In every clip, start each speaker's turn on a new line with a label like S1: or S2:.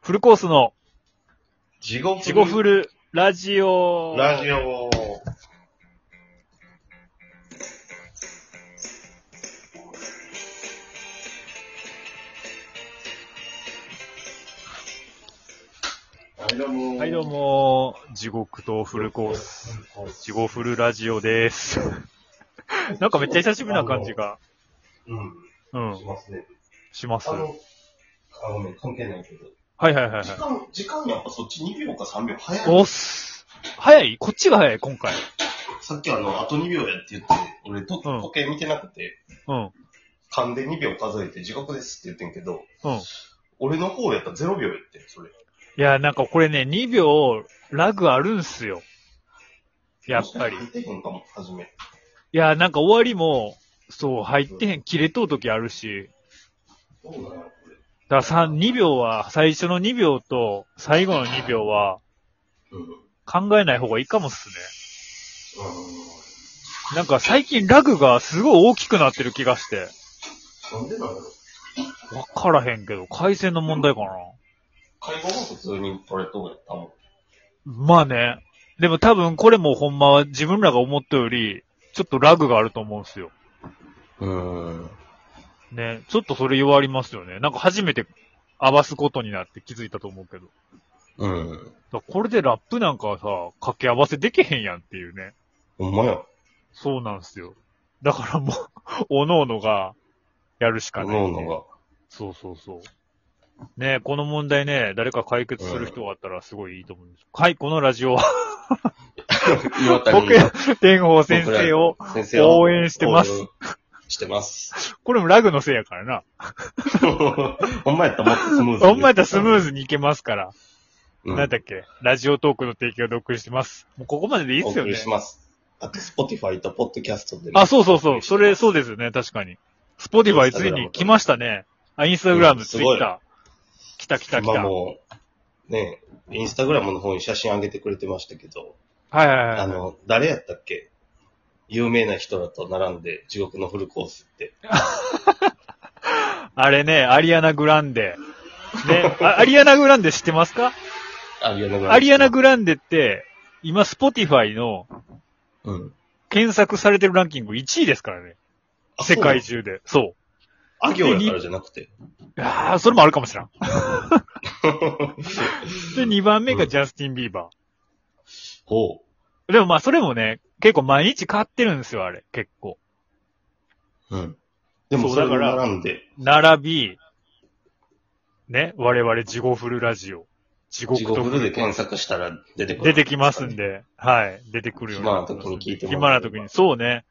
S1: フルコースの、
S2: 地獄。
S1: ジゴフルラジオ。
S2: ラジオ。はい、どうも。
S1: はい、どう。も、地獄とフルコース、地獄フルラジオです。 なんかめっちゃ久しぶりな感じが、
S2: うん。
S1: う
S2: し
S1: ん、
S2: ますね。
S1: します。
S2: あ
S1: は
S2: の、あのね、関係ないけど。
S1: いはいはいはい
S2: 時。間、時間やっぱそっち2秒か3秒早い。
S1: おっす。早いこっちが早い、今回。
S2: さっきあの、あと2秒やって言って、俺と、
S1: うん
S2: 時計見てなくて、
S1: うん、うん。
S2: 勘で2秒数えて地獄ですって言ってんけど、俺の方やったら0秒やってん、それ。
S1: いや、なんかこれね、2秒、ラグあるんすよ。やっぱり。
S2: 入
S1: い
S2: ってへんかも、初め。
S1: や、なんか終わりも、そう、入ってへん、切れとう時あるし、
S2: どうなんやろこ
S1: だから3、2秒は、最初の2秒と最後の2秒は、
S2: れ。うん。
S1: 考えない方がいいかもっすね。
S2: あ
S1: なんか最近ラグがすごい大きくなってる気がして。
S2: のなんでなんだろう。
S1: わからへんけど、回線の問題かな。
S2: 会合も普通に取れとうやったもん。
S1: まあね。でも多分これもほんまは自分らが思ったより、ちょっとラグがあると思うんすよ。
S2: うん。
S1: ね。ちょっとそれ言われますよね。なんか初めて合わすことになって気づいたと思うけど。
S2: うん。
S1: だからこれでラップなんかはさ、掛け合わせできへんやんっていうね。
S2: ほんまや。
S1: そうなんすよ。だからもう、 おのおのが、やるしかない、ね。
S2: 思うのが。
S1: そうそうそう。ねえこの問題ね、誰か解決する人があったらすごいいいと思うんです。はい、このラジオは、
S2: 岩
S1: 僕や天宝先生を、
S2: 先生を
S1: 応援してます。
S2: 応援してます。
S1: これもラグのせいやからな。
S2: ほんまやったらもっとスムーズに。
S1: ほんまやったらスムーズにいけますから。
S2: うん。
S1: なんだっけ、ラジオトークの提供でお送りしてます。もうここまででいいっす
S2: お
S1: よ
S2: 送
S1: ね
S2: り。します。あと、Spotify と Podcast でね。
S1: あ、そうそうそう。それ、そうですよね、確かに。スポティファイついに来ましたね。あ、インスタグラ
S2: う
S1: ム、
S2: ん
S1: ツ
S2: す
S1: イ
S2: ごい
S1: ッター。来た来た来
S2: 今
S1: た。
S2: もう、ね、インスタグラムの方に写真上げてくれてましたけど、
S1: はいはいはい。
S2: あの、誰やったっけ有名な人らと並んで、地獄のフルコースって。
S1: あれね、アリアナ・グランデ。ね、あアリアナ・グランデ知ってますか
S2: アリアナグランデ
S1: アリアナ・グランデって、今、スポティファイの
S2: うん。
S1: 検索されてるランキング1位ですからね。
S2: あ
S1: 世界。中で。そう。
S2: そうあ行やからじゃなくて。
S1: ああ、それもあるかもし らん。で、2番目
S2: う
S1: が
S2: ん
S1: ジャスティン・ビーバ
S2: ほ
S1: ー。でもまあ、それもね、結構毎日買ってるんですよ、あれ。結構。
S2: う。うん。でも
S1: そう
S2: それ
S1: だか
S2: か
S1: ら
S2: ら並んで、
S1: 並び、ね、我々、地獄フルラジオ。地獄
S2: 地
S1: と
S2: 獄
S1: フ
S2: フ
S1: ル
S2: ルで検索したら出てくる。
S1: 出てきますん。で、はい、出てくるようになってます
S2: 暇な時に聞いても
S1: 暇
S2: ら
S1: な
S2: えれば
S1: 時に、そうね。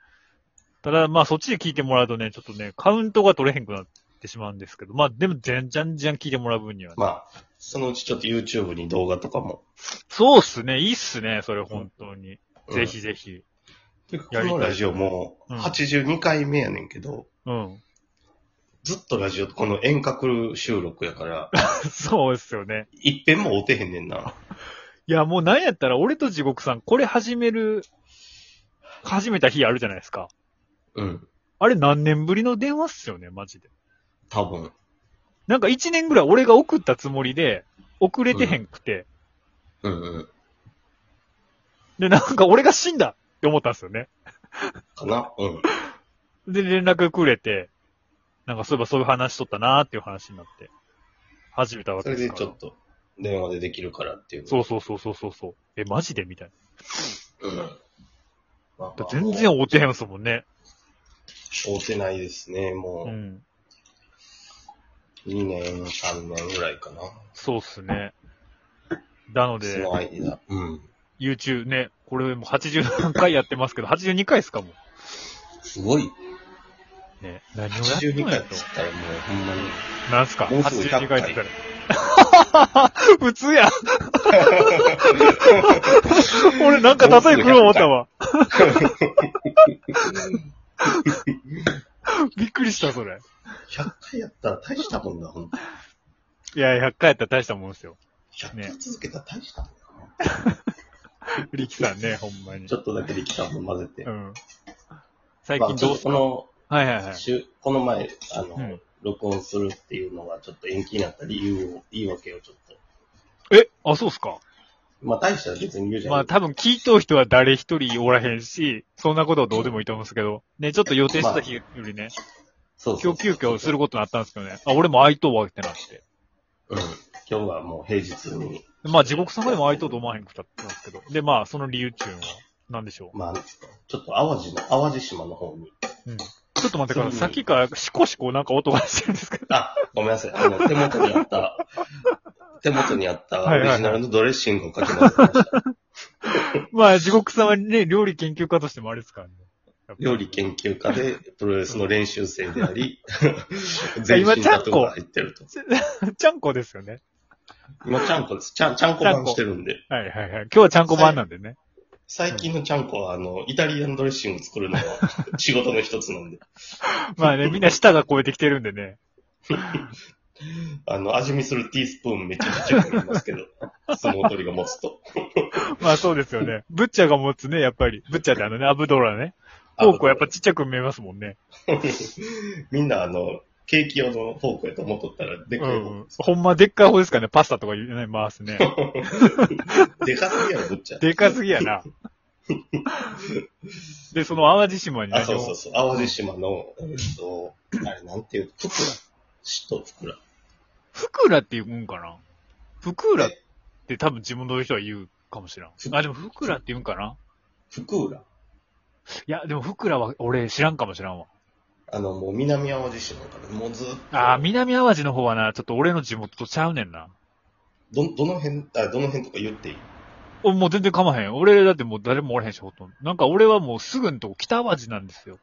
S1: ただ、まあ、そっちで聞いてもらうとね、ちょっとね、カウントが取れへんくなってしまうんですけど、まあ、でも、じゃんじゃんじゃん聞いてもらう分には、ね。
S2: まあ、そのうちちょっと YouTube に動画とかも。
S1: そうっすね、いいっすね、それ、本当に。
S2: うん
S1: ぜひぜひ。
S2: てかこのラジオもう
S1: うん
S2: 82回目やねんけど、
S1: うん。
S2: ずっとラジオ、この遠隔収録や から、
S1: そうっすよね。
S2: 一遍も追うてへんねんな。
S1: いや、もうなんやったら、俺と地獄さん、これ始める、始めた日あるじゃないですか。
S2: うん。
S1: あれ何年ぶりの電話っすよね、マジで。
S2: 多分。
S1: なんか一年ぐらい俺が送ったつもりで、送れてへんくて、
S2: うんうん。
S1: で、なんか俺が死んだって思ったんですよね。
S2: かなうん。
S1: で、連絡くれて、なんかそういえばそういう話しとったなーっていう話になって、始めたわ
S2: そ
S1: けで
S2: れ
S1: すか
S2: で
S1: ら。
S2: ちょっと電話でできるからっていう。
S1: そうそうそうそうそうそう。え、マジでみたい
S2: うん。まあ
S1: な。全然
S2: も
S1: 追ってへんすもんね。
S2: う追うてないですね。
S1: う
S2: も
S1: ん。
S2: う2年、3年ぐらいかな。
S1: そうっすね。なの
S2: そ
S1: で、
S2: の間。うん。
S1: YouTube ね、これもう80何回やってますけど、82回っすかも
S2: すごい。
S1: う。ね。何をやってん
S2: 82
S1: の
S2: 回
S1: や
S2: っ
S1: と
S2: つ。ったらもうほんまに。
S1: なんすか
S2: もうす
S1: ?82
S2: ぐ100
S1: 回
S2: 回
S1: っつったら。普通やん。 俺なんか例え来る思ったわ。びっくりした、それ。
S2: 100回やったら大したもんだ、ほんと。
S1: いや、100回やったら大したもんですよ。
S2: 100
S1: ね
S2: 回続けたら大したもんだ。
S1: 力さんね、ほんまに
S2: ち。ょっとだけできたの混ぜて。
S1: うん。最
S2: まあ、
S1: 近
S2: ちょ
S1: ど
S2: っ
S1: う
S2: とこの、
S1: はいはいはい。
S2: 週この前、あの、
S1: うん
S2: 録音するっていうのがちょっと延期になった理由を、言い訳をちょっと
S1: えあ、そうっすか
S2: まあ、大したら別に言うじゃん。
S1: まあ多分聞いとう人は誰一人おらへんし、そんなことはどうでもいいと思うんですけど、ね、ちょっと予定してた日よりね、
S2: そうそ
S1: 今
S2: う
S1: 日急遽することになったんですけどね、あ、俺も愛とうわってなって。
S2: うん。今日はもう平日に。
S1: まあ地獄さまでも愛とうと思わへんくたったんですけど、でまあその理由っていうのは何でしょ
S2: まあ、ちょっと淡路の、淡路島の方に。
S1: う。うん。ちょっと待ってください。さっきからシコシコなんか音がしてるんですけど。
S2: あ、ごめんなさい。あの、手元にあった、 手元にあったオ
S1: はいはいはい
S2: リジナルのドレッシングをかけました。
S1: まあ地獄さまにね、料理研究家としてもあれですからね。
S2: 料理研究家で、プロレスの練習生であり、全
S1: 今
S2: 身タトゥーが入ってると。
S1: 究。ちゃんこですよね。
S2: 今、ちゃんこです。ちゃん、ちゃんこ版してるんで。
S1: はいはいはい。今日はちゃんこ版なんでね。
S2: 最近のちゃんこは、あの、イタリアンドレッシング作るのが仕事の一つなんで。
S1: まあね、みんな舌が超えてきてるんでね。
S2: あの、味見するティースプーンめっちゃちっちゃくなりますけど、相撲取りが持つと。
S1: まあそうですよね。 ブッチャーが持つね、やっぱり。ブッチャーってあのね、アブドラね。フォークはやっぱちっちゃく見えますもんね。
S2: みんなあの、ケーキ用のフォークやと思っとったら、で
S1: う
S2: かい、
S1: ん。ほんまでっかい方ですかね、パスタとか言うね、回す ね。
S2: でかすぎやろ、ぶっちゃ。
S1: でかすぎやな。で、その淡路島に
S2: あ、
S1: 何
S2: そうそ
S1: を
S2: うそう。淡路島の、えーっと、あれなんていう、ふくら。しとふくら。
S1: ふくらって言うんかなふくらって多分地元の人は言うかもしれん。あ、でもふくらって言うんかな
S2: ふくら。
S1: いや、でもふくらは俺知らんかもしらんわ。
S2: あの、もう南淡路島から、もうずっと。
S1: あー、南淡路の方はな、ちょっと俺の地元とちゃうねんな。
S2: ど、どの辺、あ、どの辺とか言っていい
S1: おもう全然かまへん。俺だってもう誰もおらへんし、ほとんど。なんか俺はもうすぐんとこ北淡路なんですよ。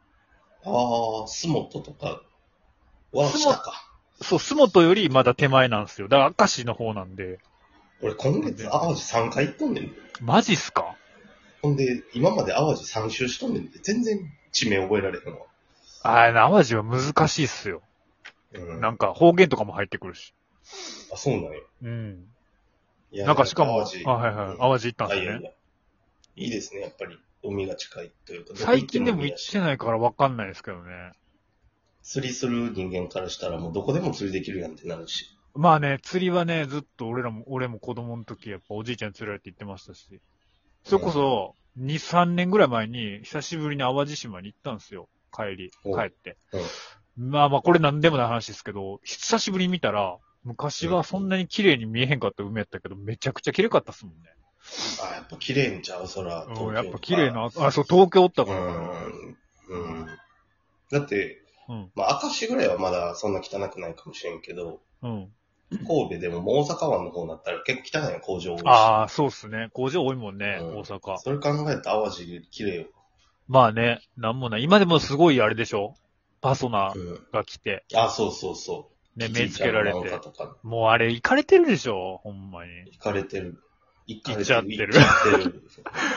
S2: ああ、洲本とかは
S1: 洲本
S2: 下か。
S1: そう、洲本よりまだ手前なんですよ。だから明石の方なんで。
S2: 俺今月淡路3回行っとんねんで。
S1: マジっすか
S2: ほんで、今まで淡路3周しとんねんで、全然地名覚えられへんわ。
S1: あー、淡路は難しいっすよ。
S2: うん。
S1: な
S2: あ、
S1: んか方言とかも入ってくるし。
S2: そうなんよ。
S1: うん。
S2: いや
S1: なんかしかも、
S2: 淡路
S1: あはいはい。淡路行ったん
S2: あ
S1: で
S2: い
S1: す
S2: や
S1: よ
S2: い
S1: ね。
S2: や。いいですね、やっぱり。海が近いというか。
S1: 最近でも行って
S2: い。
S1: ないからわかんないですけどね。
S2: 釣りする人間からしたらもうどこでも釣りできるやんってなるし。
S1: まあね、釣りはね、ずっと俺らも、俺も子供の時やっぱおじいちゃんに釣られて行ってましたし。それこそ、2、3年ぐらい前に、久しぶりに淡路島に行ったんですよ。帰り、
S2: お
S1: 帰って。まあまあ、これ何でもない話ですけど、久しぶりに見たら、昔はそんなに綺麗に見えへんかった海やったけど、めちゃくちゃ綺麗かったっすもんね。
S2: あ、やっぱ綺麗んちゃう空。
S1: う
S2: 東京と
S1: ん、や
S2: か
S1: っぱ綺麗。な、あ、そう、東京おった
S2: う
S1: からかな。
S2: ん。うん。だって、
S1: うん。
S2: まあ、明石ぐらいはまだそんな汚くないかもしれんけど、
S1: うん。
S2: 神戸でももう大阪湾の方になったら結構汚い工場多いし。
S1: ああ、そうっすね。工場多いもんね、
S2: うん
S1: 大阪。
S2: それ考えたら淡路綺麗よ。
S1: まあね、なんもない。今でもすごいあれでしょパソナ
S2: うん。
S1: が来て、
S2: あ、そうそうそ
S1: ね、
S2: う。
S1: 目つけられ
S2: キティち
S1: て
S2: ゃんの。なんかとか、
S1: もうあれ、行かれてるでしょほんまに。
S2: 行かれてる。行
S1: 行っちゃってる
S2: 行っちゃってる。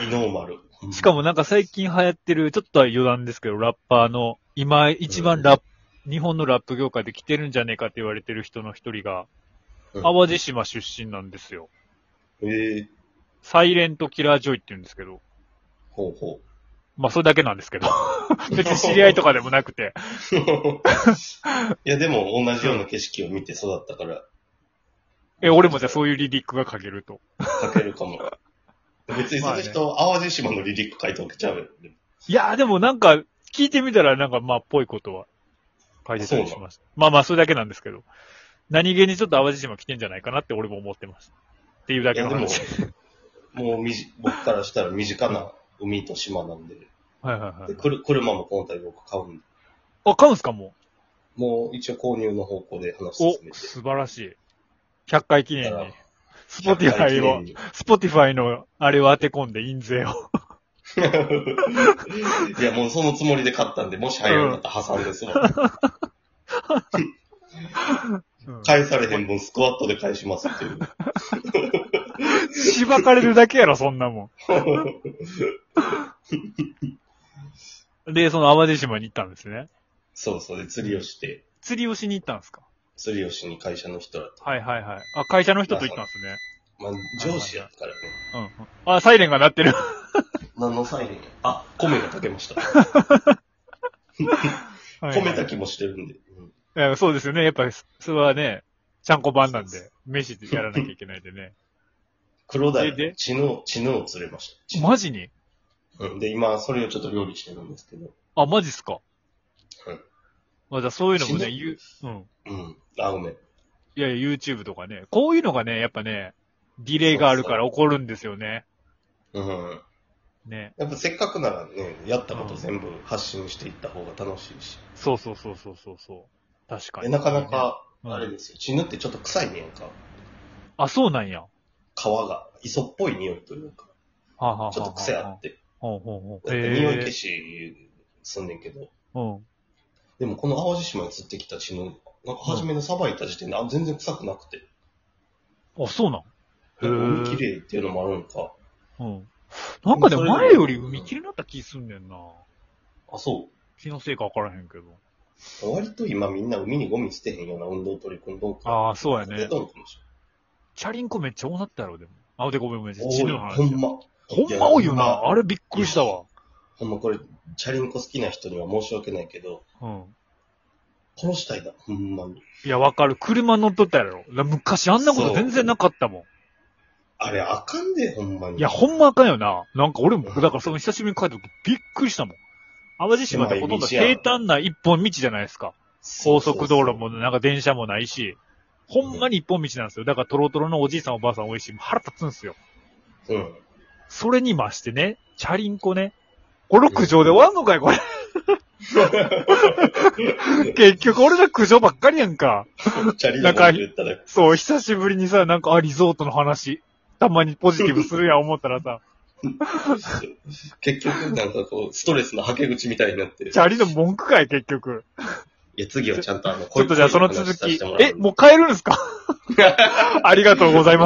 S2: イノーマル。
S1: しかもなんか最近流行ってる、ちょっとは余談ですけど、ラッパーの、今一番ラップ、日本のラップ業界で来てるんじゃねえかって言われてる人の一人が、
S2: うん
S1: 淡路島出身なんですよ。
S2: ええ
S1: サイレントキラージョイって言うんですけど。
S2: ほうほ
S1: まあそれだけなんです けど。別に知り合いとかでもなくて。
S2: う。いや、でも同じような景色を見て育ったから、
S1: え、俺もじゃあそういうリリックが書けると。
S2: 書けるかも。別にその人、淡路島のリリック書いておけちゃうよ。
S1: いやーでもなんか、聞いてみたらなんかまあ、ぽいことは書いてたりしました。まあまあ、それだけなんですけど。何気にちょっと淡路島来てんじゃないかなって俺も思ってます。っていうだ
S2: い
S1: け
S2: や、
S1: の
S2: でも
S1: 話。、
S2: もうみじ、僕からしたら身近な海と島なんで、
S1: はいはいは
S2: で
S1: い。
S2: くる車も今回僕買うんで、
S1: あ、買うんすかも
S2: もう一応購入の方向で話
S1: う。
S2: を
S1: お
S2: 進め、て
S1: 素晴らしい。100回記念
S2: だから
S1: に。スポティファイを、
S2: い
S1: スポティファイのあれを当て込んで印税を。
S2: や、もうそのつもりで買ったんで、もし入るんだったら破産ですもん。
S1: うん
S2: 返されへん分スクワットで返しますっていう。
S1: しばかれるだけやろ、そんなもん。で、その淡路島に行ったんですね。
S2: そうそう、で釣りをして、
S1: 釣りをしに行ったんですか
S2: 釣りをしに会社の人らと、
S1: はいはいはい。あ、会社の人と行ったんですね。
S2: まあ、上司やったからね。
S1: うんうん。あ、サイレンが鳴ってる。
S2: 何のサイレンやあ、米が炊けました。
S1: はい
S2: 米炊きもしてるんで。うん
S1: いやそうですよね。やっぱり、それはね、ちゃんこ版なんで、飯やらなきゃいけないでね。
S2: 黒鯛
S1: でで
S2: チヌー、チヌーを釣れました。チヌー
S1: マジに
S2: うんで、今、それをちょっと料理してるんですけど。
S1: あ、マジっすか。
S2: はい
S1: まあ、じゃあそういうのもね、
S2: しんど
S1: ゆうん。
S2: うん。あ、ごめん。
S1: いやいや、YouTube とかね。こういうのがね、やっぱね、ディレイがあるから起こるんですよね。
S2: うん。
S1: ね。
S2: やっぱせっかくならね、やったこと全部発信していった方が楽しいし。
S1: そうそうそうそうそうそう。確か
S2: え
S1: に。
S2: なかなか、
S1: うん
S2: あれですよ。チヌってちょっと臭いねんか。
S1: あ、そうなんや。は
S2: 皮が、磯っぽい匂いというか、
S1: あ、はあはあはあ、
S2: ちょっと癖あって。
S1: ほうほうほう。
S2: だって匂い消しすんねんけど。
S1: うん。
S2: でもこの淡路島に釣ってきたチヌ、なんか初めのさばいた時点で、あ、全然臭くなくて。
S1: あ、そうなんへー
S2: 海綺麗っていうのもあるんか。
S1: うん。なんかね、
S2: でもそれでも
S1: 前より海きれになった気すんねんな。
S2: あ、そう。
S1: 気のせいかわからへんけど。
S2: 割と今みんな海にゴミ捨てへんような運動取り組んどんか。
S1: ああ、そうや
S2: 出
S1: ね。
S2: とんかもし
S1: チャリンコめっちゃ多なったやろ、でも。あ、で、ごめんごめん。
S2: れん
S1: 死ぬ
S2: 多い
S1: 話。
S2: ほんま。
S1: ほんま多いよな。
S2: いやほんま
S1: あれびっくりしたわ。
S2: ほんまこれ、チャリンコ好きな人には申し訳ないけど、
S1: うん。
S2: 殺したいな、ほんまに。
S1: いや、わかる。車乗っとったやろ。な昔あんなこと全然なかったも
S2: あれ、あかんで、ほんま
S1: ん。
S2: に。
S1: いや、ほんまあかんよな。なんか俺も、
S2: うん
S1: だからその久しぶりに帰った時びっくりしたもん。淡路島ってほとんど
S2: 狭い道や
S1: 平坦な一本道じゃないですか。
S2: そう
S1: 高
S2: そうそう、
S1: 速道路もなんか電車もないし、ほんまに一本道なんですよ。だからトロトロのおじいさんおばあさん多いし、腹立つんですよ。
S2: うん。
S1: それに増してね、チャリンコね。これ苦情で終わんのかい これ。結局俺ら苦情ばっかりやんか。
S2: チャリンコって言ったら、
S1: そう、久しぶりにさ、なんか、あ、リゾートの話。たまにポジティブするやん思ったらさ、
S2: 結局なんかこう、ストレスの吐け口みたいになって。
S1: チャリの文句かい結局。
S2: いや、次はちゃんとあの、
S1: ちょっとじゃあその続
S2: こうい
S1: き
S2: う話させても。ら
S1: え、
S2: うんで
S1: もう帰るんすかありがとうございます。